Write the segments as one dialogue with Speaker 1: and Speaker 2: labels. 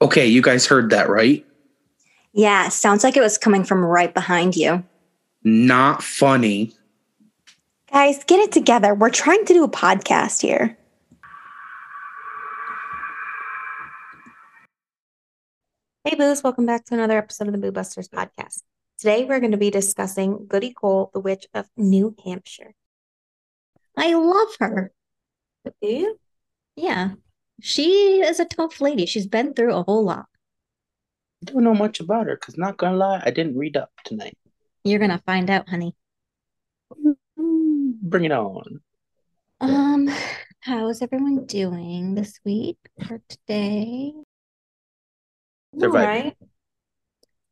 Speaker 1: Okay, you guys heard that, right?
Speaker 2: Yeah, sounds like it was coming from right behind you.
Speaker 1: Not funny.
Speaker 3: Guys, get it together. We're trying to do a podcast here.
Speaker 4: Hey, Boos, welcome back to another episode of the Boo Busters podcast. Today, we're going to be discussing Goody Cole, the Witch of New Hampshire.
Speaker 2: I love her.
Speaker 4: Do you?
Speaker 2: Yeah. She is a tough lady. She's been through a whole lot.
Speaker 5: I don't know much about her because, not gonna lie, I didn't read up tonight.
Speaker 2: You're going to find out, honey.
Speaker 4: Mm-hmm.
Speaker 5: Mm, Bring it on.
Speaker 2: Um, how is everyone doing this week or today?
Speaker 5: Surviving.
Speaker 4: All right.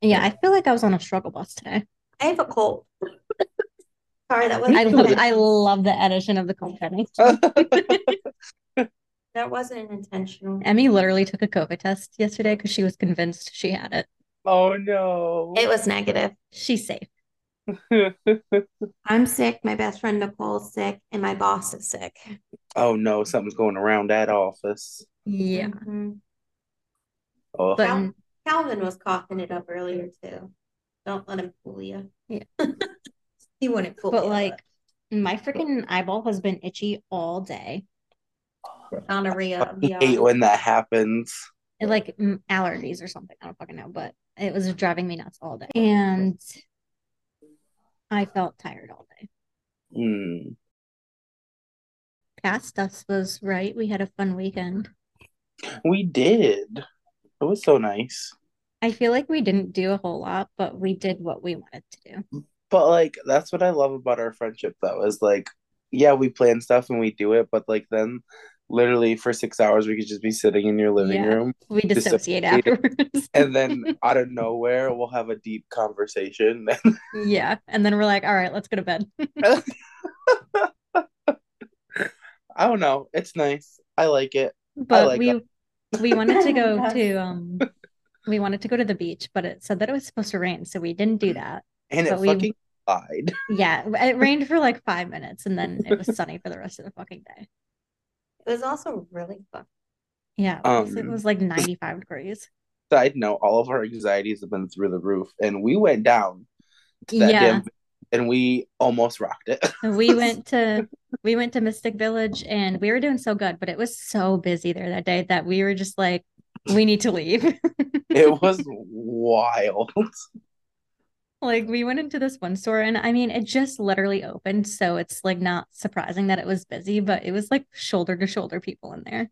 Speaker 2: Yeah, I feel like I was on a struggle bus today.
Speaker 4: I have a cold. Sorry, that wasn't
Speaker 2: I love, I love the addition of the confetti.
Speaker 4: Uh.
Speaker 5: Oh,
Speaker 4: that wasn't intentional.
Speaker 2: Emmy literally took a COVID test yesterday because she was convinced she had it.
Speaker 5: oh no.
Speaker 4: It was negative.
Speaker 2: She's safe.
Speaker 4: I'm sick. My best friend Nicole's sick, and my boss is sick.
Speaker 5: oh no, something's going around that office.
Speaker 2: Yeah.
Speaker 4: Mhm.
Speaker 5: Oh,
Speaker 2: But
Speaker 4: Cal- Calvin was coughing it up earlier too. Don't let him fool you.
Speaker 2: Yeah.
Speaker 4: he wouldn't fool
Speaker 2: but
Speaker 4: you.
Speaker 2: like my freaking eyeball has been itchy all day.
Speaker 4: gonorrhea of
Speaker 5: I
Speaker 4: the
Speaker 5: hate when that happens.
Speaker 2: It, like mm, allergies or something. I don't fucking know, but it was driving me nuts all day. And I felt tired all day.
Speaker 5: Mm.
Speaker 2: Past us was right. We had a fun weekend.
Speaker 5: We did. It was so nice.
Speaker 2: I feel like we didn't do a whole lot, but we did what we wanted to do.
Speaker 5: But like that's what I love about our friendship though, is like, yeah, we plan stuff and we do it, but like then literally for six hours we could just be sitting in your living
Speaker 2: Yeah.
Speaker 5: room
Speaker 2: We dissociate
Speaker 5: Dissociated.
Speaker 2: afterwards.
Speaker 5: and then out of nowhere we'll have a deep conversation.
Speaker 2: yeah. And then we're like, all right, let's go to bed.
Speaker 5: I don't know. It's nice. I like it.
Speaker 2: But
Speaker 5: like
Speaker 2: we we wanted to go
Speaker 4: Yes.
Speaker 2: to um we wanted to go to the beach, but it said that it was supposed to rain, so we didn't do that.
Speaker 5: And
Speaker 2: But
Speaker 5: it
Speaker 2: we-
Speaker 5: fucking lied.
Speaker 2: Yeah, it rained for like five minutes and then it was sunny for the rest of the fucking day.
Speaker 4: It was also really fun.
Speaker 2: Yeah, it was, it
Speaker 5: Um,
Speaker 2: was like 95 degrees.
Speaker 5: Side note, all of our anxieties have been through the roof and we went down to that
Speaker 2: Yeah,
Speaker 5: damn and we almost rocked it.
Speaker 2: we went to we went to Mystic Village and we were doing so good, but it was so busy there that day that we were just like, we need to leave.
Speaker 5: it was wild.
Speaker 2: Like we went into this one store and I mean it just literally opened, so it's like not surprising that it was busy, but it was like shoulder to shoulder people in there.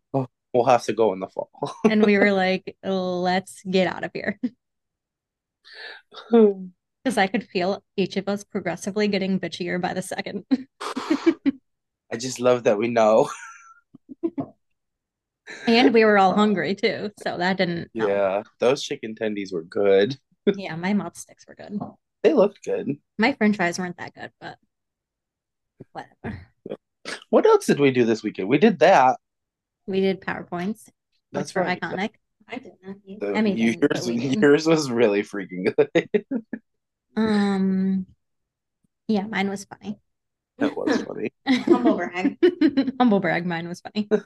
Speaker 5: We'll have to go in the fall.
Speaker 2: And we were like, let's get out of here. Because I could feel each of us progressively getting bitchier by the second.
Speaker 5: I just love that we know.
Speaker 2: And we were all hungry too. So that didn't help.
Speaker 5: Yeah, those chicken tendies were good.
Speaker 2: Yeah, my mouth sticks were good.
Speaker 5: They looked good.
Speaker 2: My french fries weren't that good, but whatever.
Speaker 5: What else did we do this weekend? We did that.
Speaker 2: We did PowerPoints, which
Speaker 5: That's
Speaker 2: were
Speaker 5: right.
Speaker 2: iconic.
Speaker 4: I did not eat.
Speaker 5: So
Speaker 2: I mean, things that
Speaker 5: yours,
Speaker 2: we did.
Speaker 5: yours was really freaking good.
Speaker 2: Um yeah, mine was funny.
Speaker 5: that was funny.
Speaker 4: Humble brag.
Speaker 2: Humble brag, mine was funny.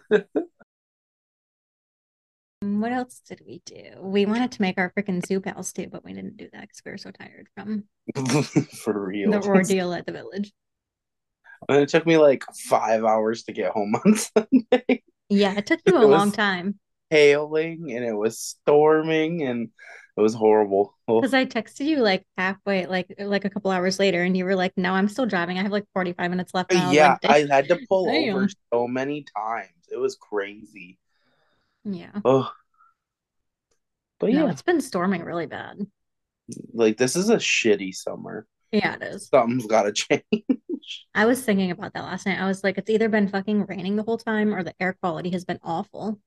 Speaker 2: what else did we do? We wanted to make our freaking zoo pals too, but we didn't do that because we were so tired from
Speaker 5: For real.
Speaker 2: the ordeal at the village.
Speaker 5: And it took me like five hours to get home on Sunday.
Speaker 2: Yeah, it took you a
Speaker 5: It
Speaker 2: long
Speaker 5: was-
Speaker 2: time
Speaker 5: Hailing and it was storming and it was horrible.
Speaker 2: because I texted you like halfway, like like a couple hours later, and you were like, "No, I'm still driving. I have like 45 minutes left." And I was
Speaker 5: yeah,
Speaker 2: like,
Speaker 5: I had to pull
Speaker 2: Damn.
Speaker 5: over so many times. It was crazy.
Speaker 2: yeah.
Speaker 5: Oh. But
Speaker 2: No,
Speaker 5: yeah,
Speaker 2: it's been storming really bad.
Speaker 5: like this is a shitty summer.
Speaker 2: Yeah, it is.
Speaker 5: Something's got to change.
Speaker 2: I was thinking about that last night. I was like, it's either been fucking raining the whole time, or the air quality has been awful,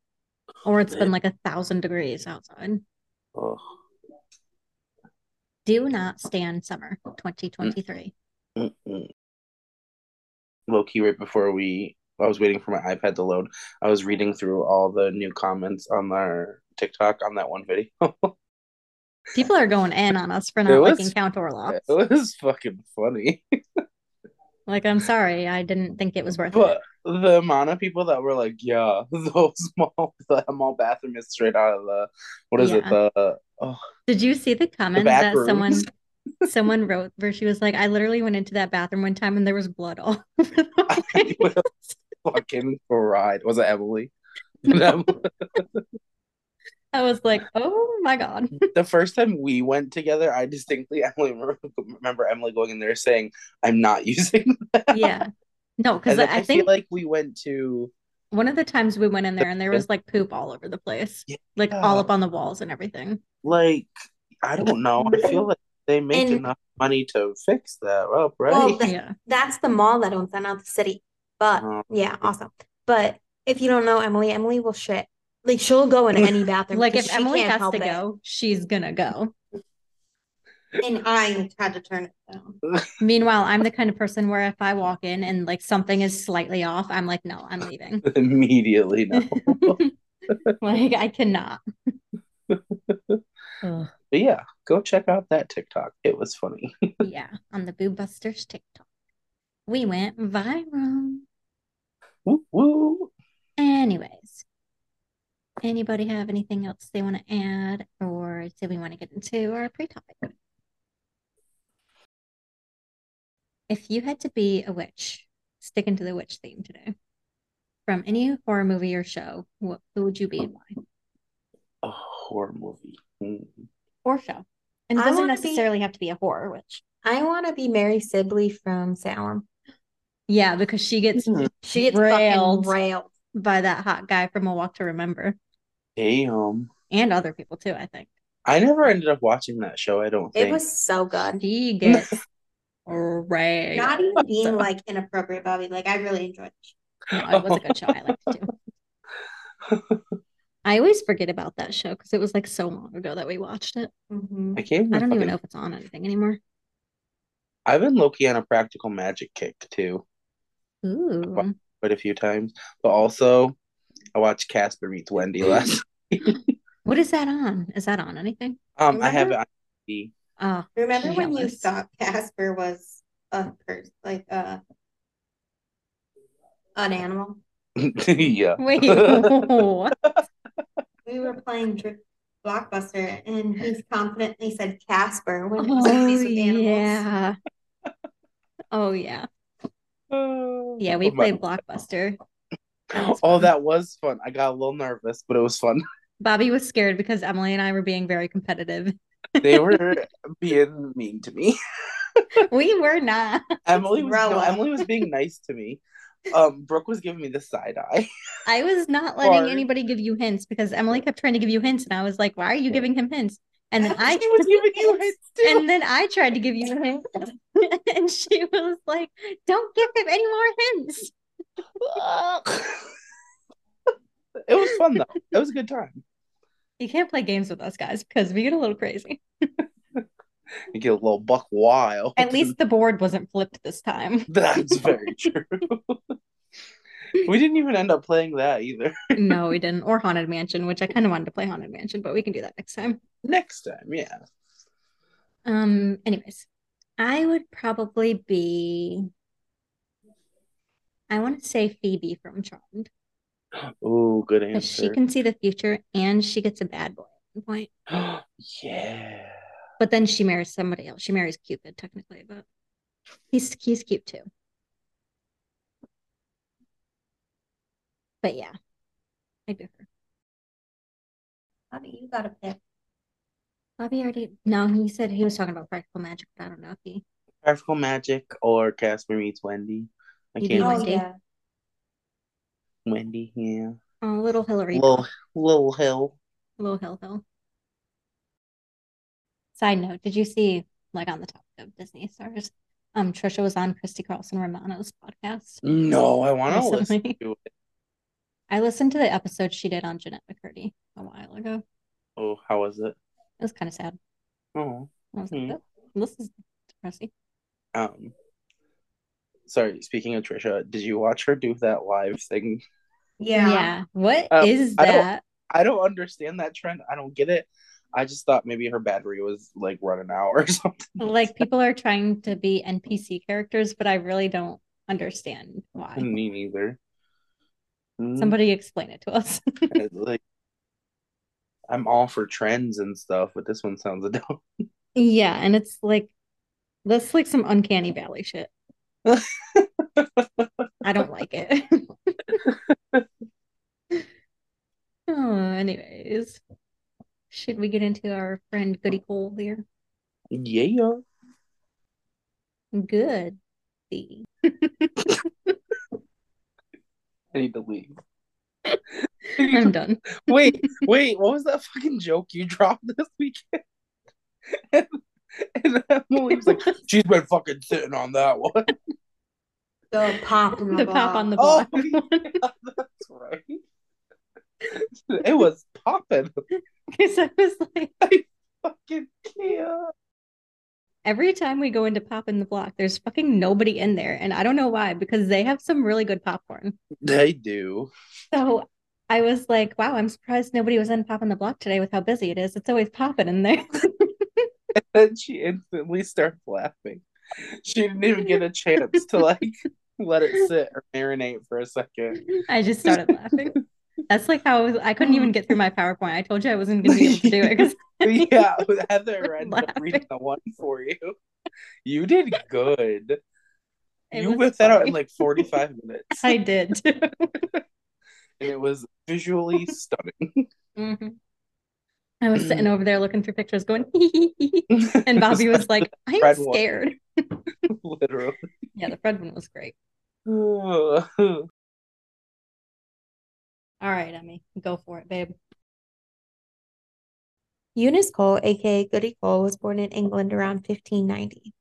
Speaker 2: or it's been like a thousand degrees outside.
Speaker 5: Oh.
Speaker 2: Do not stand summer 2023.
Speaker 5: Low key, right before we, I was waiting for my iPad to load. I was reading through all the new comments on our TikTok on that one video.
Speaker 2: People are going in on us for not
Speaker 5: was-
Speaker 2: liking Count Orloff.
Speaker 5: it was fucking funny.
Speaker 2: Like, I'm sorry, I didn't think it was worth
Speaker 5: But
Speaker 2: it.
Speaker 5: the amount of people that were like, "Yeah, the whole small the mall bathroom is straight out of the what is it
Speaker 2: Yeah.
Speaker 5: the oh
Speaker 2: Did you see the comment
Speaker 5: back
Speaker 2: that someone
Speaker 5: rooms.
Speaker 2: someone wrote where she was like, I literally went into that bathroom one time and there was blood all over the place."
Speaker 5: would have fucking cried." Was it Emily?
Speaker 2: I was like, oh my God.
Speaker 5: the first time we went together, I distinctly Emily remember Emily going in there saying, "I'm not using."
Speaker 2: Yeah. No, because
Speaker 5: And then
Speaker 2: I, I
Speaker 5: feel
Speaker 2: think
Speaker 5: like we went to
Speaker 2: one of the times we went in there and there was like poop all over the place, like all
Speaker 5: Yeah.
Speaker 2: up on the walls and everything.
Speaker 5: like I don't know. I feel like they make
Speaker 4: And-
Speaker 5: enough money to fix that up, right?
Speaker 4: Well, the-
Speaker 2: Yeah.
Speaker 4: that's the mall that owns that, not the city. But
Speaker 5: Oh.
Speaker 4: yeah, awesome. But if you don't know Emily, Emily will shit. Like she'll go in any bathroom.
Speaker 2: Like
Speaker 4: 'cause
Speaker 2: if
Speaker 4: she
Speaker 2: Emily
Speaker 4: can't
Speaker 2: has
Speaker 4: help
Speaker 2: to
Speaker 4: it.
Speaker 2: go, she's gonna go.
Speaker 4: and I had to turn it down.
Speaker 2: Meanwhile, I'm the kind of person where if I walk in and like something is slightly off, I'm like, no, I'm leaving.
Speaker 5: Immediately, no.
Speaker 2: like I cannot. Ugh.
Speaker 5: But yeah, go check out that TikTok. It was funny.
Speaker 2: yeah, on the Boo Busters TikTok. We went viral.
Speaker 5: Woo woo.
Speaker 2: Anyways, anybody have anything else they want to add or do we want to get into our pre topic? If you had to be a witch, sticking to the witch theme today, from any horror movie or show, what, who would you be and why?
Speaker 5: A horror movie. Mm.
Speaker 2: Or show. And it
Speaker 4: I
Speaker 2: doesn't
Speaker 4: wanna be-
Speaker 2: necessarily have to be a horror witch.
Speaker 4: I want to be Mary Sibley from Salem.
Speaker 2: Yeah, because she gets
Speaker 4: She gets
Speaker 2: Railed.
Speaker 4: fucking railed.
Speaker 2: by that hot guy from A Walk to Remember
Speaker 5: Damn.
Speaker 2: and other people too, I think.
Speaker 5: I never ended up watching that show, I don't think.
Speaker 4: It was so good.
Speaker 2: She gets railed.
Speaker 4: Not even being
Speaker 2: So-
Speaker 4: like inappropriate, Bobby. Like I really enjoyed it.
Speaker 2: No, it was a good show. I liked it too. I always forget about that show because it was like so long ago that we watched it.
Speaker 4: Mm-hmm.
Speaker 5: I can't even
Speaker 2: I don't even
Speaker 5: fucking-
Speaker 2: know if it's on anything anymore.
Speaker 5: I've been low key on a practical magic kick too,
Speaker 2: Ooh.
Speaker 5: quite a few times. But also, I watched Casper Meets Wendy last.
Speaker 2: What is that on? Is that on anything?
Speaker 5: Um, I have it. on
Speaker 4: Remember-
Speaker 5: DVD.
Speaker 2: Oh,
Speaker 4: Remember when you
Speaker 2: Jealous.
Speaker 4: thought Casper was a person, like uh, an animal?
Speaker 5: yeah.
Speaker 2: wait.
Speaker 5: Oh,
Speaker 2: what?
Speaker 4: We were playing Dr- Blockbuster, and he confidently said Casper when it was
Speaker 2: Oh,
Speaker 4: movies with animals.
Speaker 2: yeah. Oh, yeah. Yeah, we
Speaker 5: Oh my-
Speaker 2: played Blockbuster. was
Speaker 5: Oh,
Speaker 2: fun.
Speaker 5: that was fun. I got a little nervous, but it was fun.
Speaker 2: Bobby was scared because Emily and I were being very competitive.
Speaker 5: They were being mean to me.
Speaker 2: We were not.
Speaker 5: Emily was no,
Speaker 4: Roa.
Speaker 5: Emily was being nice to me. Um, Brooke was giving me the side eye.
Speaker 2: I was not letting
Speaker 5: Sorry.
Speaker 2: anybody give you hints because Emily kept trying to give you hints, and I was like, "Why are you giving him hints?" And then I
Speaker 5: she was giving you hints too.
Speaker 2: and then I tried to give you a hint, and she was like, "Don't give him any more hints."
Speaker 5: it was fun though. It was a good time.
Speaker 2: You can't play games with us guys because we get a little crazy.
Speaker 5: You get a little buck wild.
Speaker 2: At least the board wasn't flipped this time.
Speaker 5: that's very true. we didn't even end up playing that either.
Speaker 2: No, we didn't. Or Haunted Mansion, which I kind of wanted to play Haunted Mansion, but we can do that next time.
Speaker 5: Next time, yeah.
Speaker 2: Um, anyways, I would probably be. I want to say Phoebe from Charmed
Speaker 5: Oh, good
Speaker 2: because she
Speaker 5: answer.
Speaker 2: can see the future and she gets a bad boy at one point.
Speaker 5: yeah.
Speaker 2: But then she marries somebody else. She marries Cupid, technically, but he's he's cute too. But yeah, I do her.
Speaker 4: Bobby, you got a pick.
Speaker 2: Bobby already. No, he said he was talking about practical magic, but I don't know if he.
Speaker 5: Practical Magic or Casper meets Wendy. I
Speaker 2: You'd be
Speaker 5: can't.
Speaker 2: Oh,
Speaker 4: Oh
Speaker 2: Wendy.
Speaker 4: yeah,
Speaker 2: yeah.
Speaker 5: Wendy, yeah.
Speaker 2: Oh, little Hillary,
Speaker 5: Little Little Hill.
Speaker 2: little Hill Hill. Side note: Did you see, like, on the topic of Disney stars, um, Trisha was on Christy Carlson Romano's podcast.
Speaker 5: No, I want to listen
Speaker 2: Recently.
Speaker 5: to it.
Speaker 2: I listened to the episode she did on Jeanette McCurdy a while ago.
Speaker 5: Oh, how was it?
Speaker 2: It was kind of sad.
Speaker 5: Oh,
Speaker 2: I was like,
Speaker 5: Hmm.
Speaker 2: "Oh, this is depressing.
Speaker 5: um. Sorry, speaking of Trisha, did you watch her do that live thing?
Speaker 4: yeah.
Speaker 2: What is
Speaker 5: Um, I don't-
Speaker 2: that?
Speaker 5: I don't understand that trend. I don't get it. I just thought maybe her battery was like running out or something.
Speaker 2: Like people are trying to be NPC characters, but I really don't understand why.
Speaker 5: Me neither. Mm,
Speaker 2: Somebody explain it to us.
Speaker 5: it's Mm, like, I'm all for trends and stuff, but this one sounds adult.
Speaker 2: yeah, and it's like that's like some uncanny valley shit. I don't like it. oh, anyways, should we get into our friend Goody Cole here?
Speaker 5: yeah.
Speaker 2: Good.
Speaker 5: I need to leave.
Speaker 2: I'm done.
Speaker 5: wait, wait, what was that fucking joke you dropped this weekend? and, and Emily was like, she's been fucking sitting on that one.
Speaker 4: The pop in the,
Speaker 2: the pop on the
Speaker 5: Oh,
Speaker 2: block.
Speaker 5: yeah, that's right. It was popping.
Speaker 2: Because I was like,
Speaker 5: Fucking yeah.
Speaker 2: every time we go into Pop in the Block, there's fucking nobody in there. And I don't know why, because they have some really good popcorn.
Speaker 5: They do.
Speaker 2: So I was like, wow, I'm surprised nobody was in Pop in the Block today with how busy it is. It's always popping in there.
Speaker 5: And she instantly starts laughing. She didn't even get a chance to like let it sit or marinate for a second.
Speaker 2: I just started laughing. That's like how I, was, I couldn't even get through my PowerPoint. I told you I wasn't going to be able to do it. 'cause-
Speaker 5: yeah, Heather read
Speaker 2: Laughing.
Speaker 5: reading the one for you. You did good.
Speaker 2: It
Speaker 5: you
Speaker 2: was
Speaker 5: whipped that out
Speaker 2: funny.
Speaker 5: in like 45 minutes.
Speaker 2: I did too.
Speaker 5: and it was visually stunning.
Speaker 2: Mhm. I was sitting over there looking through pictures going, and Bobby was like, I'm
Speaker 5: Fred one.
Speaker 2: scared.
Speaker 5: literally.
Speaker 2: Yeah, the Fred one was great. Hmm,
Speaker 5: All
Speaker 2: All right, Emmy, go for it, babe.
Speaker 4: Eunice Cole, aka Goody Cole, was born in England around 1590.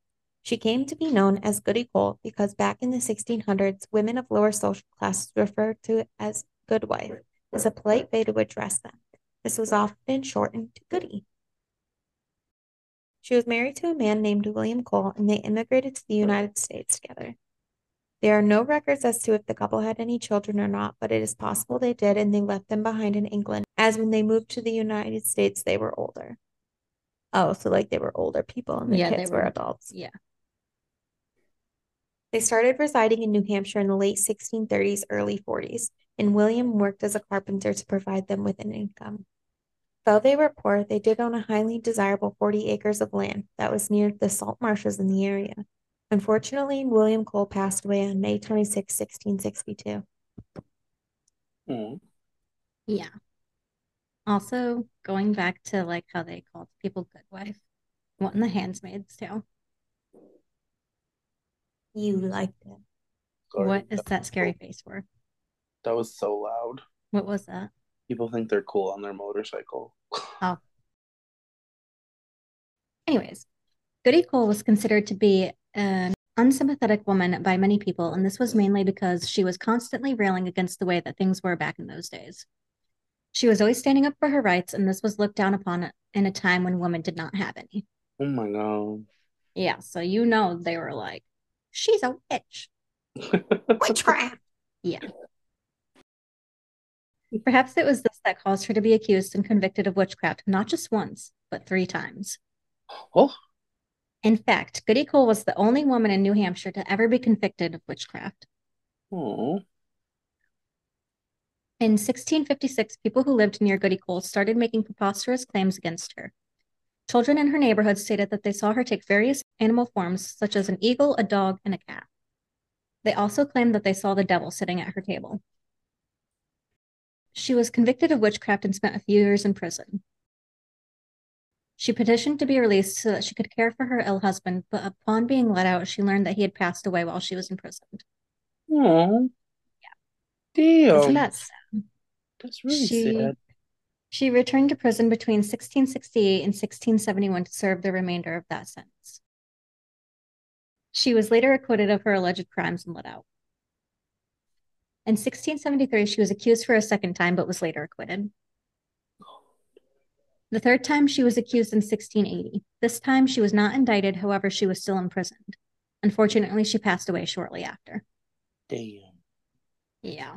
Speaker 4: She came to be known as Goody Cole because back in the 1600s, women of lower social classes referred to it as goodwife as a polite way to address them. This was often shortened to Goody. She was married to a man named William Cole, and they immigrated to the United States together. There are no records as to if the couple had any children or not, but it is possible they did and they left them behind in England, as when they moved to the United States, they were older. Oh, so like they were older people and the
Speaker 2: Yeah, they
Speaker 4: kids were,
Speaker 2: were-
Speaker 4: adults.
Speaker 2: yeah.
Speaker 4: They started residing in New Hampshire in the late 1630s, early 40s, and William worked as a carpenter to provide them with an income. Though they were poor, they did own a highly desirable 40 acres of land that was near the salt marshes in the area. Unfortunately, William Cole passed away on May 26, 1662.
Speaker 2: Yeah. Also, going back to like how they called people good wife, what in the Handmaid's Tale?
Speaker 4: You liked it.
Speaker 2: What is that scary face for?
Speaker 5: That was so loud.
Speaker 2: What was that?
Speaker 5: People think they're cool on their motorcycle.
Speaker 2: Anyways, Goody Cole was considered to be an unsympathetic woman by many people, and this was mainly because she was constantly railing against the way that things were back in those days. She was always standing up for her rights, and this was looked down upon in a time when women did not have any.
Speaker 5: Oh my god.
Speaker 2: Yeah, so you know they were like, she's a witch.
Speaker 4: Witchcraft!
Speaker 2: Perhaps it was this that caused her to be accused and convicted of witchcraft not just once, but three times.
Speaker 5: Oh,
Speaker 2: In fact, Goody Cole was the only woman in New Hampshire to ever be convicted of witchcraft.
Speaker 5: oh.
Speaker 2: In 1656, people who lived near Goody Cole started making preposterous claims against her. Children in her neighborhood stated that they saw her take various animal forms, such as an eagle, a dog, and a cat. They also claimed that they saw the devil sitting at her table. She was convicted of witchcraft and spent a few years in prison. She petitioned to be released so that she could care for her ill husband, but upon being let out, she learned that he had passed away while she was imprisoned.
Speaker 5: Oh.
Speaker 2: Isn't
Speaker 5: Damn.
Speaker 2: that sad?
Speaker 5: That's really
Speaker 2: She-
Speaker 5: sad.
Speaker 2: She returned to prison between 1668 and 1671 to serve the remainder of that sentence. She was later acquitted of her alleged crimes and let out. In 1673, she was accused for a second time but was later acquitted. The third time, she was accused in 1680. This time, she was not indicted, however, she was still imprisoned. Unfortunately, she passed away shortly after.
Speaker 5: Damn.
Speaker 2: Yeah.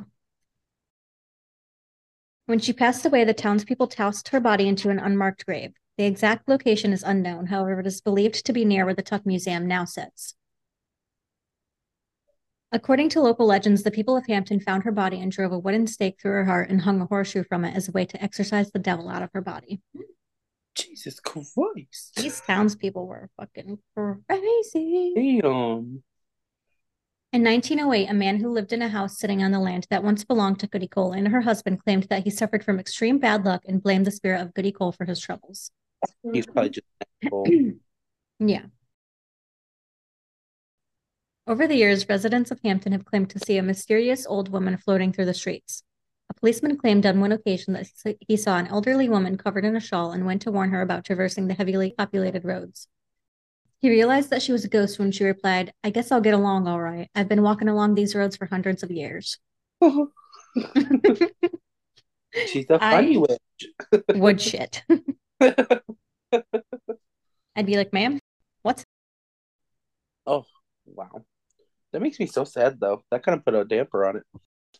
Speaker 2: When she passed away, the townspeople tossed her body into an unmarked grave. The exact location is unknown. However, it is believed to be near where the Tuck Museum now sits. According to local legends, the people of Hampton found her body and drove a wooden stake through her heart and hung a horseshoe from it as a way to exorcise the devil out of her body.
Speaker 5: Jesus Christ.
Speaker 2: These townspeople were fucking crazy.
Speaker 5: Damn.
Speaker 2: In 1908, a man who lived in a house sitting on the land that once belonged to Goody Cole and her husband claimed that he suffered from extreme bad luck and blamed the spirit of Goody Cole for his troubles.
Speaker 5: He's
Speaker 4: Mm-hmm.
Speaker 5: probably just an asshole.
Speaker 2: Yeah. Over the years, residents of Hampton have claimed to see a mysterious old woman floating through the streets. A policeman claimed on one occasion that he- he saw an elderly woman covered in a shawl and went to warn her about traversing the heavily populated roads. He realized that she was a ghost when she replied, I guess I'll get along all right. I've been walking along these roads for hundreds of years.
Speaker 5: She's a funny
Speaker 2: I-
Speaker 5: witch.
Speaker 2: Wood shit. I'd be like, ma'am,
Speaker 5: Wow. That makes me so sad though. That kind of put a damper on it.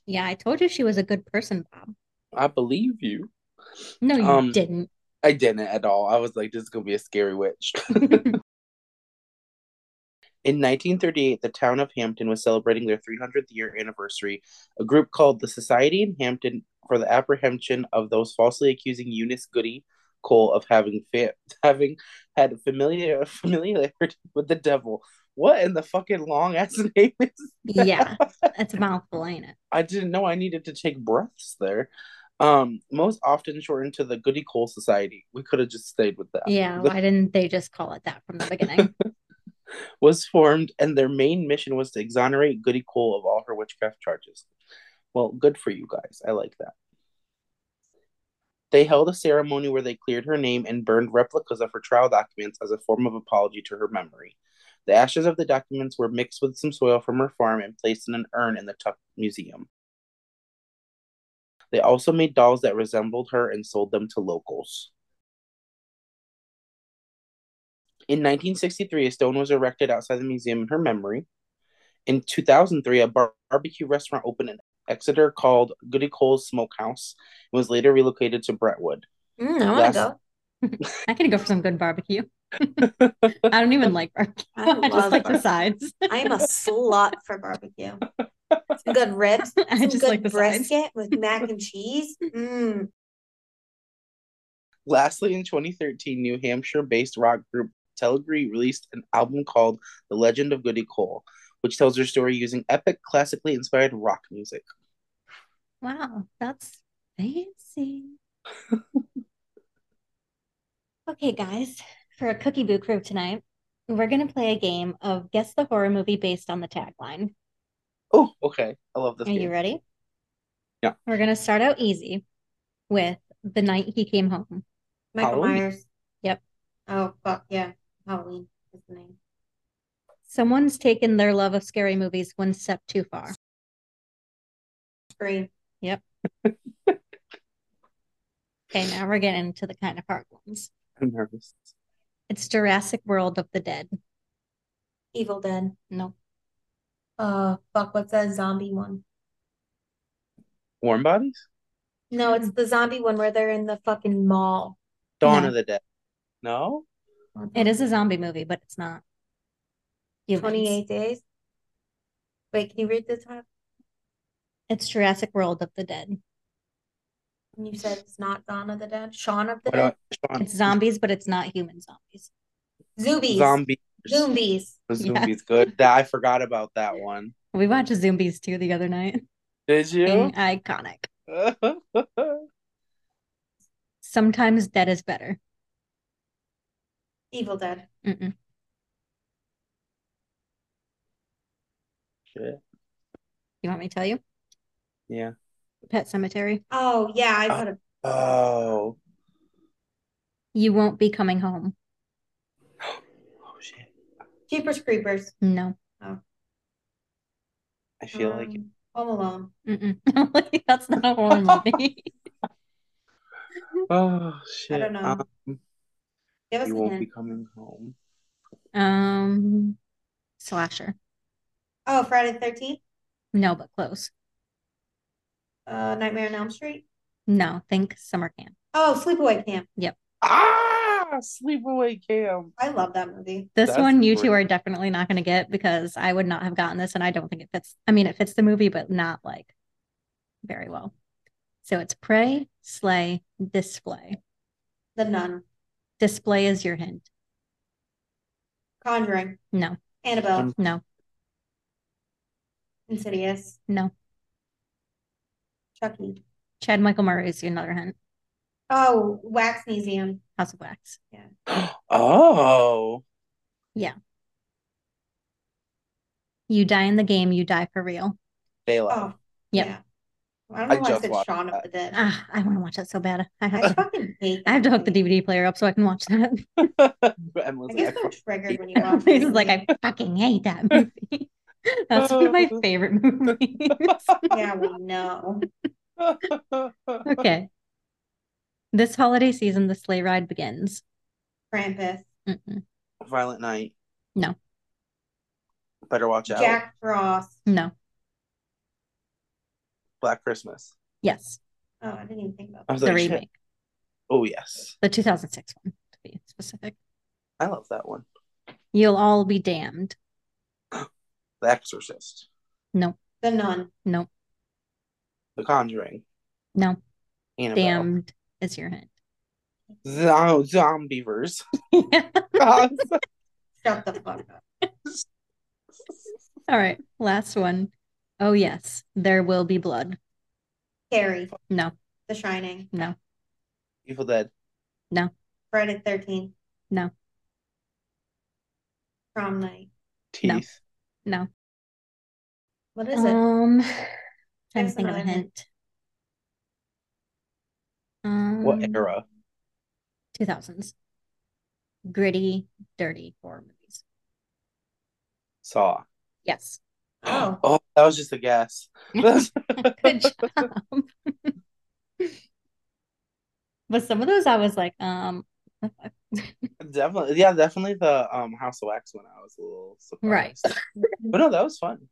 Speaker 2: yeah, I told you she was a good person, Bob.
Speaker 5: I believe you.
Speaker 2: No, you
Speaker 5: Um,
Speaker 2: didn't.
Speaker 5: I didn't at all. I was like, this is going to be a scary witch. In 1938, the town of Hampton was celebrating their 300th year anniversary. A group called the Society in Hampton for the Apprehension of Those Falsely Accusing Eunice Goody Cole of having fa- having had familiar familiarity with the devil. What in the fucking long ass name is?
Speaker 2: yeah, that's a mouthful, ain't it?
Speaker 5: I didn't know I needed to take breaths there. Um, most often shortened to the Goody Cole Society. We could have just stayed with that.
Speaker 2: Yeah, why didn't they just call it that from the beginning?
Speaker 5: was formed, and their main mission was to exonerate Goody Cole of all her witchcraft charges. Well, good for you guys. I like that. They held a ceremony where they cleared her name and burned replicas of her trial documents as a form of apology to her memory. The ashes of the documents were mixed with some soil from her farm and placed in an urn in the Tuck Museum. They also made dolls that resembled her and sold them to locals. In 1963, a stone was erected outside the museum in her memory. In 2003, a bar- barbecue restaurant opened in Exeter called Goody Cole's Smokehouse and was later relocated to Brentwood.
Speaker 4: Mm, I want
Speaker 5: Last-
Speaker 4: to go.
Speaker 2: I could go for some good barbecue. I don't even like barbecue.
Speaker 4: I
Speaker 2: I, just
Speaker 4: love
Speaker 2: like the
Speaker 4: barbecue.
Speaker 2: sides.
Speaker 4: I'm a slut for barbecue. Some good ribs,
Speaker 2: I
Speaker 4: some
Speaker 2: just
Speaker 4: good
Speaker 2: like the sides.
Speaker 4: brisket with mac and cheese. Mm.
Speaker 5: Lastly, in 2013, New Hampshire based rock group Telegree released an album called The Legend of Goody Cole, which tells her story using epic, classically inspired rock music.
Speaker 2: Wow, that's fancy. okay, guys, for a cookie boo crew tonight, we're going to play a game of guess the horror movie based on the tagline.
Speaker 5: Oh, okay. I love this
Speaker 2: Are you
Speaker 5: game.
Speaker 2: ready?
Speaker 5: Yeah.
Speaker 2: We're going to start out easy with The Night He Came Home.
Speaker 4: Michael
Speaker 5: Halloween.
Speaker 4: Myers.
Speaker 2: Yep.
Speaker 4: Oh fuck yeah, Halloween is the name.
Speaker 2: Someone's taken their love of scary movies one step too far.
Speaker 4: Scream.
Speaker 2: Okay, now we're getting into the kind of hard ones.
Speaker 5: I'm nervous.
Speaker 2: It's Jurassic World of the Dead.
Speaker 4: Evil Dead.
Speaker 2: No.
Speaker 4: Uh fuck, what's that zombie one?
Speaker 5: Warm Bodies?
Speaker 4: No, it's the zombie one where they're in the fucking mall.
Speaker 5: Dawn
Speaker 2: No.
Speaker 5: of the Dead. No?
Speaker 2: It is a zombie movie, but it's not. Humans.
Speaker 4: 28 days. Wait, can you read the top?
Speaker 2: It's Jurassic World of the Dead.
Speaker 4: And You said it's not Dawn of the Dead. Shaun of the
Speaker 5: What uh, do I-
Speaker 4: Dead.
Speaker 5: Sean,
Speaker 2: It's zombies, but it's not human zombies.
Speaker 4: Zoobies.
Speaker 5: Zombie.
Speaker 4: Zombies.
Speaker 5: The
Speaker 2: Yeah.
Speaker 5: Zombies good. That I forgot about that one.
Speaker 2: We watched Zombies too the other night.
Speaker 5: Did you?
Speaker 2: Fucking iconic.
Speaker 5: Evil
Speaker 2: Sometimes dead is better.
Speaker 4: Evil Dead.
Speaker 2: Mm-mm.
Speaker 5: Shit.
Speaker 2: You want me to tell you?
Speaker 5: Yeah.
Speaker 2: Pet Cemetery.
Speaker 4: Oh yeah, I
Speaker 5: Oh.
Speaker 4: could have.
Speaker 5: Oh.
Speaker 2: You won't be coming home.
Speaker 5: Oh shit.
Speaker 4: Jeepers Creepers.
Speaker 2: No.
Speaker 5: I feel like
Speaker 4: Um, Home Alone.
Speaker 2: Mm-mm. That's not a horror movie.
Speaker 5: oh shit.
Speaker 4: don't know.
Speaker 5: Um,
Speaker 4: Give us
Speaker 5: you
Speaker 4: a
Speaker 5: won't
Speaker 4: hint.
Speaker 5: be coming home.
Speaker 2: um, slasher.
Speaker 4: Oh, Friday the 13th.
Speaker 2: No, but close.
Speaker 4: Uh, Nightmare on Elm Street.
Speaker 2: No, think summer camp.
Speaker 4: Oh, Sleepaway Camp.
Speaker 5: Ah Ah, sleepaway camp.
Speaker 4: I love that movie.
Speaker 2: This
Speaker 5: That's
Speaker 2: one you two
Speaker 5: great.
Speaker 2: are definitely not going to get because I would not have gotten this, and I don't think it fits. I mean, it fits the movie, but not like very well. So it's pray, slay, display.
Speaker 4: The Nun,
Speaker 2: Display is your hint.
Speaker 4: Conjuring,
Speaker 2: No,
Speaker 4: Annabelle,
Speaker 5: Um,
Speaker 2: no,
Speaker 4: Insidious,
Speaker 2: no.
Speaker 4: Chucky.
Speaker 2: Chad Michael Murray is another hint.
Speaker 4: Oh, Wax Museum.
Speaker 2: House of Wax.
Speaker 5: Oh,
Speaker 2: You die in the game, you die for real.
Speaker 5: Bela.
Speaker 4: Oh,
Speaker 2: Yep.
Speaker 4: yeah. I don't know
Speaker 5: I
Speaker 4: why I
Speaker 5: just
Speaker 4: said
Speaker 5: watched
Speaker 4: Shaun of
Speaker 5: that.
Speaker 4: the Dead.
Speaker 2: Ah, I want to watch that so bad. I have
Speaker 4: I
Speaker 2: to,
Speaker 4: fucking hate
Speaker 2: I have to hook the
Speaker 4: movie.
Speaker 2: DVD player up so I can watch that.
Speaker 4: I
Speaker 5: Emma's
Speaker 4: guess
Speaker 5: like,
Speaker 4: they're
Speaker 5: I
Speaker 4: triggered when you watch
Speaker 2: This is
Speaker 4: it.
Speaker 2: like I fucking hate that movie. That's one of my
Speaker 5: Oh.
Speaker 2: favorite movies.
Speaker 4: Yeah, we know.
Speaker 5: can't-
Speaker 2: Okay. This holiday season, the sleigh ride begins.
Speaker 4: Krampus,
Speaker 2: Mm-mm.
Speaker 5: Violent Night.
Speaker 2: No.
Speaker 5: Better watch out.
Speaker 4: Jack Frost.
Speaker 2: No.
Speaker 5: Black Christmas.
Speaker 2: Yes.
Speaker 4: Oh, I didn't even think about
Speaker 5: I
Speaker 4: that.
Speaker 5: was
Speaker 2: The
Speaker 5: like, shit.
Speaker 2: remake.
Speaker 5: oh yes,
Speaker 2: The 2006 one, to be specific.
Speaker 5: I love that one.
Speaker 2: You'll all be damned.
Speaker 5: The Exorcist,
Speaker 2: No.
Speaker 4: The Nun,
Speaker 2: No.
Speaker 5: The Conjuring,
Speaker 2: No.
Speaker 5: Annabelle,
Speaker 2: Damned is your hint.
Speaker 5: Zo- Zombievers.
Speaker 2: all
Speaker 4: shut the fuck up.
Speaker 2: right. Last one. Oh, yes. There will be blood.
Speaker 4: Carrie,
Speaker 2: No.
Speaker 4: The Shining,
Speaker 2: No.
Speaker 5: Evil Dead,
Speaker 4: Friday the 13th,
Speaker 2: No.
Speaker 4: Prom Night.
Speaker 5: Teeth.
Speaker 2: No. No.
Speaker 4: What is it?
Speaker 2: Um, trying to
Speaker 4: There's
Speaker 2: think of a
Speaker 4: another hint.
Speaker 2: hint. Um,
Speaker 5: What
Speaker 4: Mm.
Speaker 5: era?
Speaker 2: 2000s. Gritty, dirty horror movies.
Speaker 5: Saw.
Speaker 2: Yes.
Speaker 4: Oh.
Speaker 5: oh, that was just a guess.
Speaker 2: Good job. but some of those I was like, um,
Speaker 5: Definitely, yeah, definitely the um House of Wax one. I was a little
Speaker 2: Right.
Speaker 5: surprised, but no, that was fun.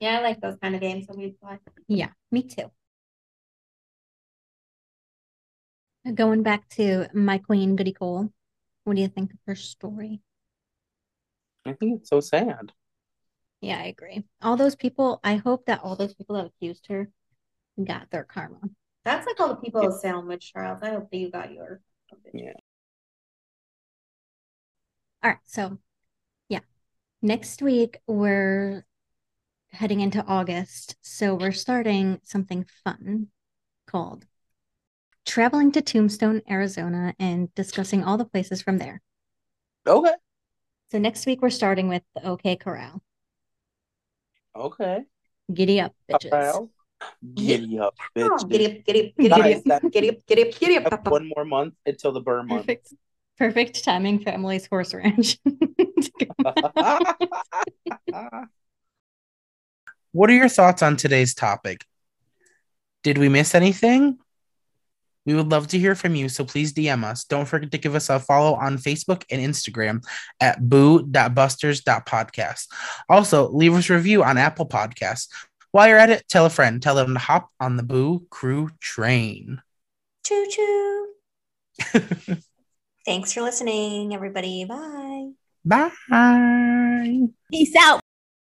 Speaker 4: Yeah, I like those kind of games that we play.
Speaker 2: yeah, me too. Going back to my queen, Goody Cole, what do you think of her story?
Speaker 5: I think it's so sad.
Speaker 2: Yeah, I agree. All those people, I hope that all those people that accused her got their karma.
Speaker 4: That's like all the people of Salem witch trials. I hope that you got yours.
Speaker 5: Yeah.
Speaker 2: All right, so yeah, next week we're heading into August, so we're starting something fun called Traveling to Tombstone, Arizona, and discussing all the places from there.
Speaker 5: Okay,
Speaker 2: So next week we're starting with the OK Corral.
Speaker 5: okay,
Speaker 2: Giddy up, bitches.
Speaker 5: Kyle. Giddy up, bitch.
Speaker 4: Giddy up, giddy up, giddy
Speaker 5: Guys,
Speaker 4: up,
Speaker 5: that-
Speaker 4: giddy up, giddy up, giddy up, up, up.
Speaker 5: one more month until the burn month.
Speaker 2: Perfect, perfect timing for Emily's horse ranch. to come out.
Speaker 5: what are your thoughts on today's topic? Did we miss anything? We would love to hear from you, so please DM us. Don't forget to give us a follow on Facebook and Instagram at boo.busters.podcast. Also, leave us a review on Apple Podcasts. While you're at it, tell a friend. Tell them to hop on the Boo Crew train.
Speaker 6: Choo choo. Thanks for listening, everybody. Bye.
Speaker 5: Bye.
Speaker 6: Peace out.